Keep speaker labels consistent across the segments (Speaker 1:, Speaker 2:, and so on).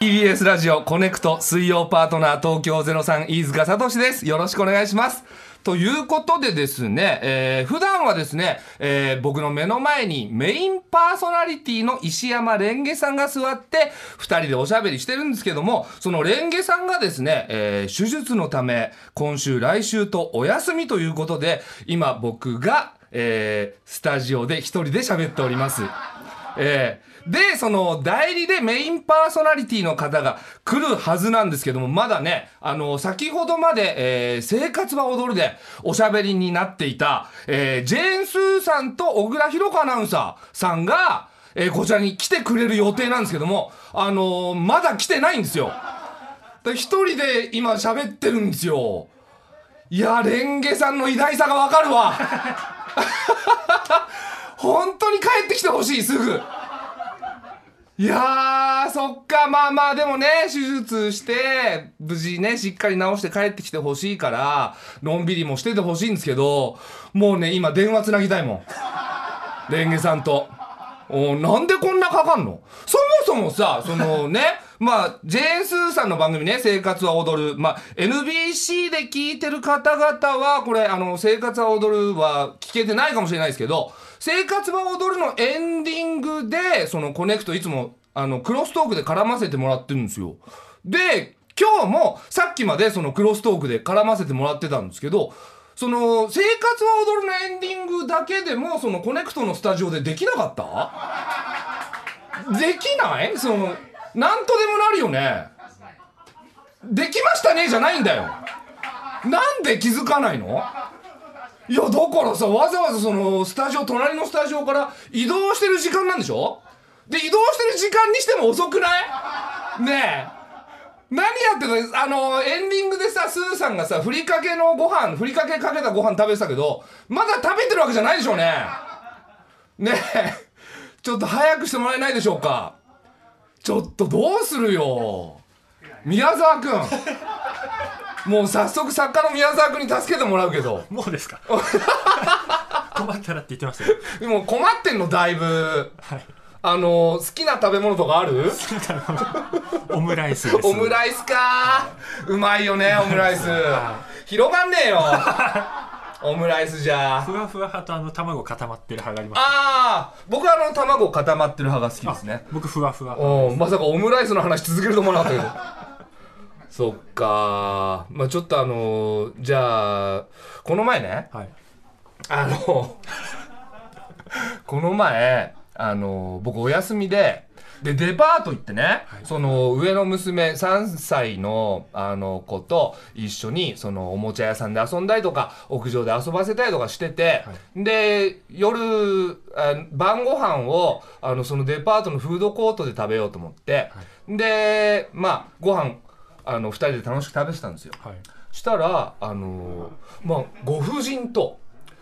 Speaker 1: TBS ラジオコネクト水曜パートナー東京03飯塚聡ですよろしくお願いしますということでですね、えー、普段はですね、えー、僕の目の前にメインパーソナリティの石山レンゲさんが座って2人でおしゃべりしてるんですけどもそのレンゲさんがですね、えー、手術のため今週来週とお休みということで今僕が、えー、スタジオで1人で喋っております。えーで、その代理でメインパーソナリティの方が来るはずなんですけども、まだね、あの、先ほどまで、えー、生活は踊るでおしゃべりになっていた、えー、ジェーン・スーさんと小倉弘子アナウンサーさんが、えー、こちらに来てくれる予定なんですけども、あのー、まだ来てないんですよ。一人で今喋ってるんですよ。いや、レンゲさんの偉大さがわかるわ。本当に帰ってきてほしい、すぐ。いやー、そっか、まあまあ、でもね、手術して、無事ね、しっかり治して帰ってきてほしいから、のんびりもしててほしいんですけど、もうね、今電話つなぎたいもん。レンゲさんと。おなんでこんなかかんのそもそもさ、そのね、 まあ、ジェーン・スーさんの番組ね、生活は踊る。まあ、NBC で聞いてる方々は、これ、あの、生活は踊るは聞けてないかもしれないですけど、生活は踊るのエンディングで、そのコネクトいつも、あの、クロストークで絡ませてもらってるんですよ。で、今日もさっきまでそのクロストークで絡ませてもらってたんですけど、その、生活は踊るのエンディングだけでも、そのコネクトのスタジオでできなかったできないその、なんとでもなるよね。できましたねじゃないんだよ。なんで気づかないのいや、だからさ、わざわざその、スタジオ、隣のスタジオから移動してる時間なんでしょで、移動してる時間にしても遅くないねえ。何やってたあの、エンディングでさ、スーさんがさ、ふりかけのご飯、ふりかけかけたご飯食べてたけど、まだ食べてるわけじゃないでしょうね。ねえ、ちょっと早くしてもらえないでしょうか。ちょっとどうするよ。宮沢君。もう早速作家の宮沢君に助けてもらうけど。
Speaker 2: もうで すか困ったらって言ってましたよ。
Speaker 1: でも困ってんの、だいぶ。
Speaker 2: はい
Speaker 1: あの好きな食べ物とかある？
Speaker 2: オムライスです。
Speaker 1: オムライスか、うまいよねオムライス。 広がんねえよ。 オムライスじゃ
Speaker 2: ふわふわ派とあの卵固まってる派があります
Speaker 1: ああ僕はあの卵固まってる派が好きですね
Speaker 2: 僕ふわふわ
Speaker 1: おまさかオムライスの話続けると思わなかったけど そっかまあちょっとあのー、じゃあこの前ね、
Speaker 2: はい、
Speaker 1: あの この前あの僕お休みで、で、デパート行ってね、はい、その上の娘3歳のあの子と一緒にそのおもちゃ屋さんで遊んだりとか、屋上で遊ばせたりとかしてて、はい、で、夜、晩ご飯をあのそのデパートのフードコートで食べようと思って、はい、で、まあ、ご飯、あの、2人で楽しく食べてたんですよ。したら、あのまあ、ご婦人と、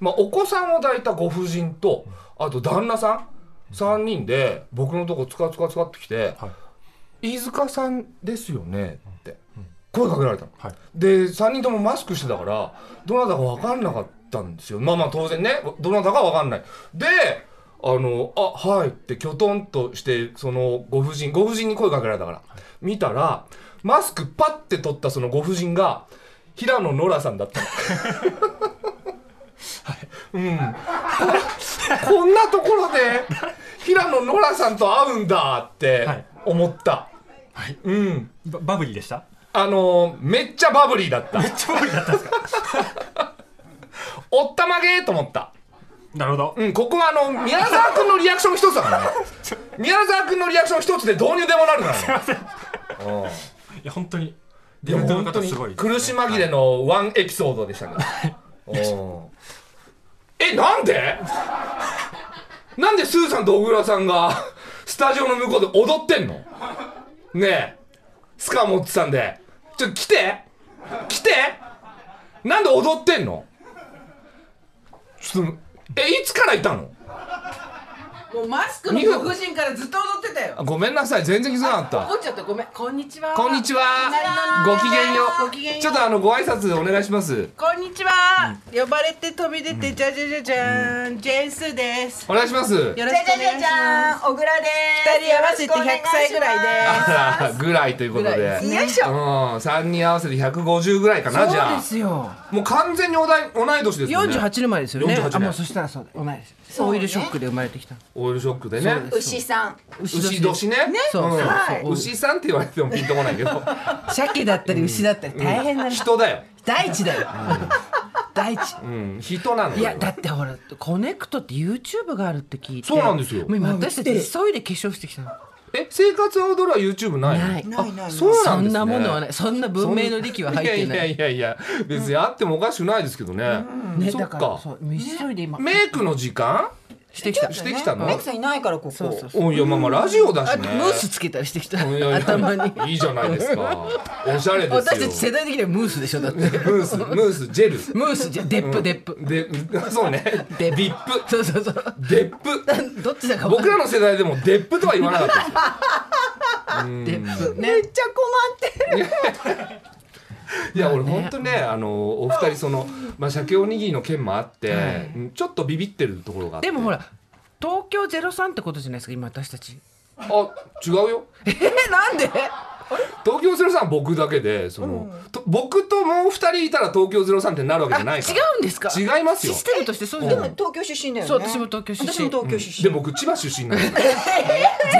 Speaker 1: まあ、お子さんを抱いたご婦人と、あと旦那さん、3人で僕のとこつかつかつかってきて「はい、飯塚さんですよね」って声かけられたの、
Speaker 2: はい、
Speaker 1: で3人ともマスクしてたからどなたか分かんなかったんですよまあまあ当然ねどなたか分かんないであの「あはい」ってきょとんとしてそのご婦人ご婦人に声かけられたから、はい、見たらマスクパッて取ったそのご婦人が平野ノラさんだった の。はい、うんこんなところで平野ノラさんと会うんだって思った。
Speaker 2: はい。
Speaker 1: うん。
Speaker 2: バブリーでした
Speaker 1: あのー、めっちゃバブリーだった。
Speaker 2: めっちゃバブリーだったんですか
Speaker 1: おったまげーと思った。
Speaker 2: なるほど。
Speaker 1: うん、ここはあの、宮沢君のリアクション一つだ からね。宮沢君のリアクション一つでどうにでもなるからね。
Speaker 2: すいません。いや、本当に。
Speaker 1: いや、本当に苦し紛れのワンエピソードでした から。おえ、なんでなんでスーさんと小倉さんが、 スタジオの向こうで踊ってんのねえ、スカ持ってたんで。ちょ、来て来てなんで踊ってんのちょっと、え、いつからいたの
Speaker 3: もうマスクの
Speaker 1: 二分
Speaker 3: ご婦人からずっと踊ってたよ
Speaker 1: ごめんなさい全然気づかなかっ
Speaker 3: 怒っちゃったごめんこんにちは
Speaker 1: たこんにちは
Speaker 3: な
Speaker 1: ごきげんよ
Speaker 3: ごきげんよ
Speaker 1: う
Speaker 3: う
Speaker 1: ちょっとあのご挨拶お願いします
Speaker 3: こんにちは、呼ばれて飛び出てじゃじゃじゃじゃーん、ジェンスです
Speaker 1: お願いします
Speaker 3: よ
Speaker 4: じ
Speaker 3: ろ
Speaker 4: ゃ
Speaker 3: しく
Speaker 4: じゃ
Speaker 3: お
Speaker 4: じ
Speaker 3: 願
Speaker 4: ゃ
Speaker 3: いし
Speaker 4: じゃ
Speaker 3: ま
Speaker 4: ーん、小倉で
Speaker 3: 二人合わ
Speaker 4: す。
Speaker 3: せて100歳ぐらいです
Speaker 1: あ らぐらいということ
Speaker 3: ぐらい
Speaker 1: で
Speaker 3: です
Speaker 4: す。
Speaker 3: ね
Speaker 4: よいし
Speaker 1: う
Speaker 4: ょ。
Speaker 1: ん3人合わせて150ぐらいかなじゃあ
Speaker 4: すよ。
Speaker 1: もう完全におだい同い年ですよ
Speaker 3: す
Speaker 1: ね
Speaker 3: 48生まれですよね
Speaker 1: 48年
Speaker 3: あもうそしたらそうだ同いです
Speaker 4: うね
Speaker 3: オイルショックで生まれてきた
Speaker 1: オイルショックでね
Speaker 4: 牛さん。
Speaker 1: 牛年ね
Speaker 3: そうそうそ
Speaker 1: う
Speaker 3: う、
Speaker 1: ん牛さんって言われてもピンとこない けど
Speaker 3: 鮭だったり牛だったり大変なの、
Speaker 1: 人だよ
Speaker 3: 大地だよ、大地
Speaker 1: うん人なのよ
Speaker 3: いやだってほらコネクトって YouTube があるって聞いて
Speaker 1: そうなんですよ
Speaker 3: もう今私たち急いで化粧してきたの
Speaker 1: え生活を踊るは YouTube ないの
Speaker 3: ない
Speaker 4: ないない。
Speaker 1: そう
Speaker 3: そ
Speaker 1: なんですね
Speaker 3: んなものはないそんな文明の利器は入ってない
Speaker 1: いやいやいやいや別にあってもおかしくないですけどね
Speaker 3: ね
Speaker 1: そ
Speaker 3: だ
Speaker 1: っ
Speaker 3: から
Speaker 1: か
Speaker 3: そう急いで今
Speaker 1: メイクの時間
Speaker 3: してきた
Speaker 1: してきたの
Speaker 4: メイクさんいないからここ。
Speaker 3: そうそうそう
Speaker 1: おいやまあまあラジオだ
Speaker 3: あ
Speaker 1: し
Speaker 3: と
Speaker 1: ね
Speaker 3: ムースつけたりしてきた
Speaker 1: いやいや
Speaker 3: 頭に
Speaker 1: いいじゃないですかおしゃれですよ
Speaker 3: 私たち世代的にはムースでしょだって
Speaker 1: ムースムースジェル
Speaker 3: ムースじゃデップデップ
Speaker 1: でそうね
Speaker 3: デ
Speaker 1: ディップ
Speaker 3: そうそうそう
Speaker 1: デップ
Speaker 3: どっちだか分か
Speaker 1: 僕
Speaker 3: んな
Speaker 1: ら
Speaker 3: い
Speaker 1: の世代でもデップとは言わなか ったですよ
Speaker 3: デップね
Speaker 4: めっちゃ困ってる。
Speaker 1: いや俺ほんとねあのお二人そのまあ鮭おにぎりの件もあってうんちょっとビビってるところがあって
Speaker 3: でもほら東京ゼロ三ってことじゃないですか今私たち
Speaker 1: あ違うよ
Speaker 3: えー、なんで
Speaker 1: 東京ゼロさん僕だけでその、と僕ともう二人いたら東京ゼロさんってなるわけじゃない
Speaker 3: 違
Speaker 1: から
Speaker 3: うんですか
Speaker 1: 違いますよ
Speaker 3: システムとしてそうじ
Speaker 4: で
Speaker 3: ゃ
Speaker 4: も
Speaker 3: ない
Speaker 4: 東京出身だよね。
Speaker 3: そう私も東京出身
Speaker 4: 私も東京出身。
Speaker 1: で僕千葉出身なんで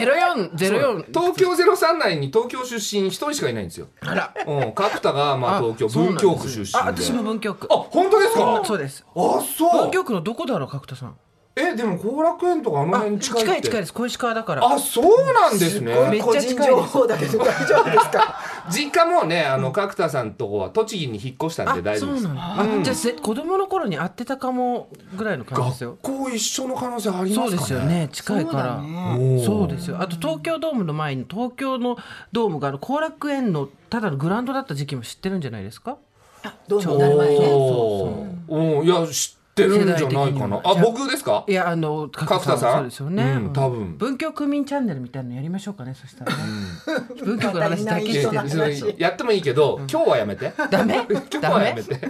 Speaker 3: ゼロ四ゼロ四
Speaker 1: 東京ゼロさん内に東京出身一人しかいないんですよ、
Speaker 3: あら
Speaker 1: うん、角田がまあ
Speaker 3: あ
Speaker 1: 東京
Speaker 3: そうなん
Speaker 1: 文
Speaker 3: ですね
Speaker 1: 京区出身で
Speaker 3: あ私も文京区
Speaker 1: あ本当ですか
Speaker 3: そうです
Speaker 1: あそ
Speaker 3: 文
Speaker 1: う
Speaker 3: 京区のどこだろう角田さん
Speaker 1: えでも後楽園とかあの
Speaker 3: あ
Speaker 1: 辺近いって
Speaker 3: 近い近いです小石川だから
Speaker 1: あそうなんです
Speaker 3: め
Speaker 1: ね
Speaker 3: っ
Speaker 4: 個
Speaker 3: ちゃ
Speaker 4: 人
Speaker 3: 近い
Speaker 4: 情
Speaker 3: です
Speaker 4: 報だけど大丈夫 ですか。
Speaker 1: 実家もねあの角田さんとこは栃木に引っ越したんで大丈夫です
Speaker 3: そうなんだあじゃあせ子供の頃に会ってたかもぐらいの感じですよ
Speaker 1: 学校一緒の可能性あり
Speaker 3: そ
Speaker 1: ま
Speaker 3: う
Speaker 1: す
Speaker 3: で
Speaker 1: かね
Speaker 3: すよね近いから
Speaker 1: おー
Speaker 3: そうですよあと東京ドームの前に東京のドームがあの後楽園のただのグラウンドだった時期も知ってるんじゃないですか
Speaker 4: どう
Speaker 1: お
Speaker 4: もなる前ね。
Speaker 1: おーうんいや知ってるんじゃないかなあ僕ですか
Speaker 3: いやあの角
Speaker 1: 角田さん
Speaker 3: そうですよね、
Speaker 1: うん多分
Speaker 3: 文教区民チャンネルみたいなのやりましょうかねそしたらね、文教区の話だけ
Speaker 1: いや
Speaker 3: し
Speaker 1: い
Speaker 4: 人
Speaker 1: や
Speaker 3: て
Speaker 4: なん
Speaker 1: それ
Speaker 4: だ
Speaker 3: る
Speaker 1: やってもいいけど今日はやめて
Speaker 3: ダ メ
Speaker 1: 今日
Speaker 3: ダ
Speaker 1: はや
Speaker 3: メ
Speaker 1: めて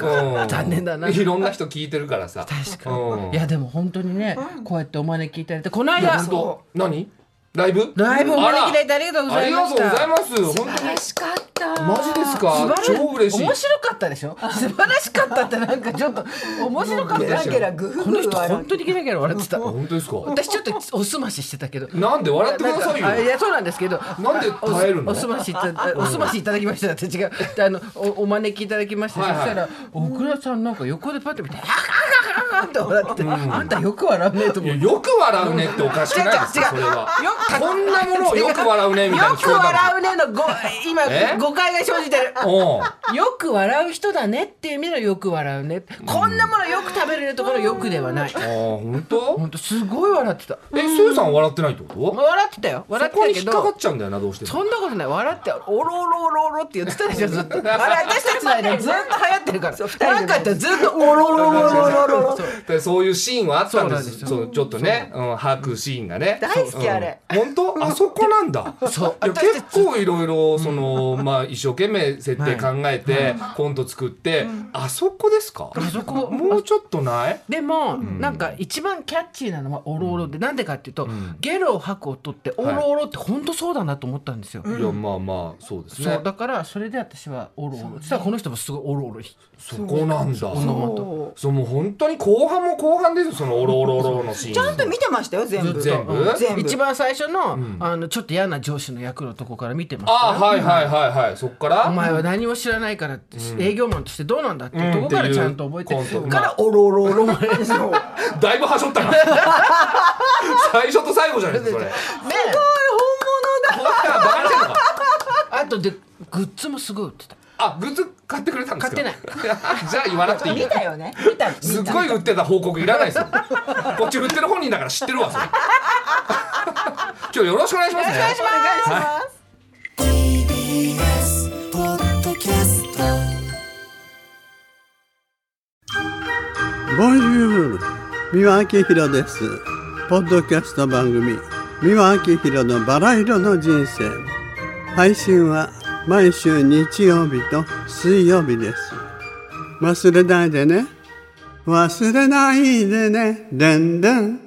Speaker 1: うん
Speaker 3: 残念だない
Speaker 1: ろんな人聞いてるからさ
Speaker 3: 確かに、
Speaker 1: うん
Speaker 3: いやでも本当にね、こうやってお招きいただいてこの
Speaker 1: いや
Speaker 3: 間
Speaker 1: 本当何ライブ
Speaker 3: ライブお招きいただいてありがとうご
Speaker 1: あらあ
Speaker 3: ざい
Speaker 1: り
Speaker 3: ま
Speaker 1: がと
Speaker 3: し
Speaker 1: うご
Speaker 3: た
Speaker 1: ざいます本
Speaker 4: 嬉しかった。
Speaker 1: 当マジですか
Speaker 3: 素晴らしい
Speaker 1: 超嬉しい
Speaker 3: 面白かったでしょ素晴らしかったってなんかちょっと面白かった
Speaker 4: ゲラ
Speaker 3: でし
Speaker 4: ゲ
Speaker 3: ょ
Speaker 4: ラグフグ
Speaker 3: この
Speaker 4: フ
Speaker 3: 人
Speaker 4: 笑
Speaker 3: 本
Speaker 4: う。
Speaker 3: 当にゲラゲラ笑ってた
Speaker 1: 本当ですか
Speaker 3: 私ちょっとおすまししてたけど
Speaker 1: なんで笑ってください
Speaker 3: あい
Speaker 1: よ
Speaker 3: やそうなんですけど
Speaker 1: なんで耐えるの
Speaker 3: おすましいただおすましいただきましただって違うであのおお招きいただきました
Speaker 1: はいはい
Speaker 3: そしたら小倉さんなんか横でパッて見て「あかあかあかあか」って笑っててあんたよく笑わねえと
Speaker 1: い
Speaker 3: 思
Speaker 1: や
Speaker 3: う
Speaker 1: よく笑うねっておかしくないですかそれはこんなものをよく笑うねみたい
Speaker 3: よ
Speaker 1: な聞
Speaker 3: く
Speaker 1: こえたの
Speaker 3: 笑うねのご今
Speaker 1: え
Speaker 3: 誤解が生じてる
Speaker 1: おう
Speaker 3: よく笑う人だねっていう意味のよく笑うねこんなものよく食べれるところよくではない
Speaker 1: あー本当
Speaker 3: 本当すごい笑ってた
Speaker 1: え、スーさんは笑ってないってこと
Speaker 3: 笑ってたよ笑
Speaker 1: そこ
Speaker 3: ってた
Speaker 1: に
Speaker 3: け
Speaker 1: 引っかかっ
Speaker 3: ど
Speaker 1: ちゃうんだよな、どうしても。
Speaker 3: そんなことない笑っておろおろおろおろって言ってたでしょずっとあれ私たちの間ずっと流行ってるから
Speaker 4: そう二人でね
Speaker 3: なんか言ったらずっとおろおろおろおろおろおろそう
Speaker 1: でそういうシーンはあったんで
Speaker 3: そうなんです
Speaker 1: す。
Speaker 3: よ
Speaker 1: そうちょっとね、うん、吐くシーンがね。
Speaker 4: 大好きあれ
Speaker 1: うん。本当あそこなんだ。
Speaker 3: そう
Speaker 1: いや
Speaker 3: 私た
Speaker 1: 結
Speaker 3: ち
Speaker 1: 構いろいろ、その、まあ、一生懸命設定考えて、コント作って、あそこですか
Speaker 3: あそこ
Speaker 1: もうちょっとない
Speaker 3: でも、なんか一番キャッチーなのはおろおろでなんでかっていうと、ゲロを吐く音っておろおろって本当そうだなと思ったんですよ、
Speaker 1: いや、まあまあ、そうです
Speaker 3: そう
Speaker 1: ね。
Speaker 3: だからそれで私はおろおろそしたらこの人もすごいおろおろ
Speaker 1: そこなんだ。
Speaker 4: そう
Speaker 1: そう、もう本当に後半も後半ですよ、そのオロオロオロのシーン。
Speaker 4: ちゃんと見てましたよ全部。
Speaker 1: 全部
Speaker 4: 全部。
Speaker 3: 一番最初の,、あのちょっと嫌な上司の役のとこから見てました
Speaker 1: あー、はいはいはいはい。そっから
Speaker 3: お前は何も知らないからって、営業マンとしてどうなんだっていうとこからちゃんと覚えて、
Speaker 1: うんっていうコント
Speaker 3: からおろおろおろまで
Speaker 4: そう。
Speaker 1: だいぶはしょ ったな最初と最後じゃないですかそれこんなバカにしてんのか
Speaker 3: あとでグッズもすごい売ってた
Speaker 1: あグッズ買ってくれたんですか
Speaker 3: 買っ
Speaker 1: ない
Speaker 3: て
Speaker 1: じゃあ言わなくていい
Speaker 4: 見たよね。見た。
Speaker 1: すっごい売ってた報告いらないです よこっち売ってる本人だから知ってるわそれ今日よろしくお願いしますね
Speaker 4: お願いします。
Speaker 5: TBS ポッドキャスト
Speaker 6: ボンジュール三輪明宏ですポッドキャスト番組三輪明宏のバラ色の人生配信は毎週日曜日と水曜日です忘れないでね忘れないでねでんでん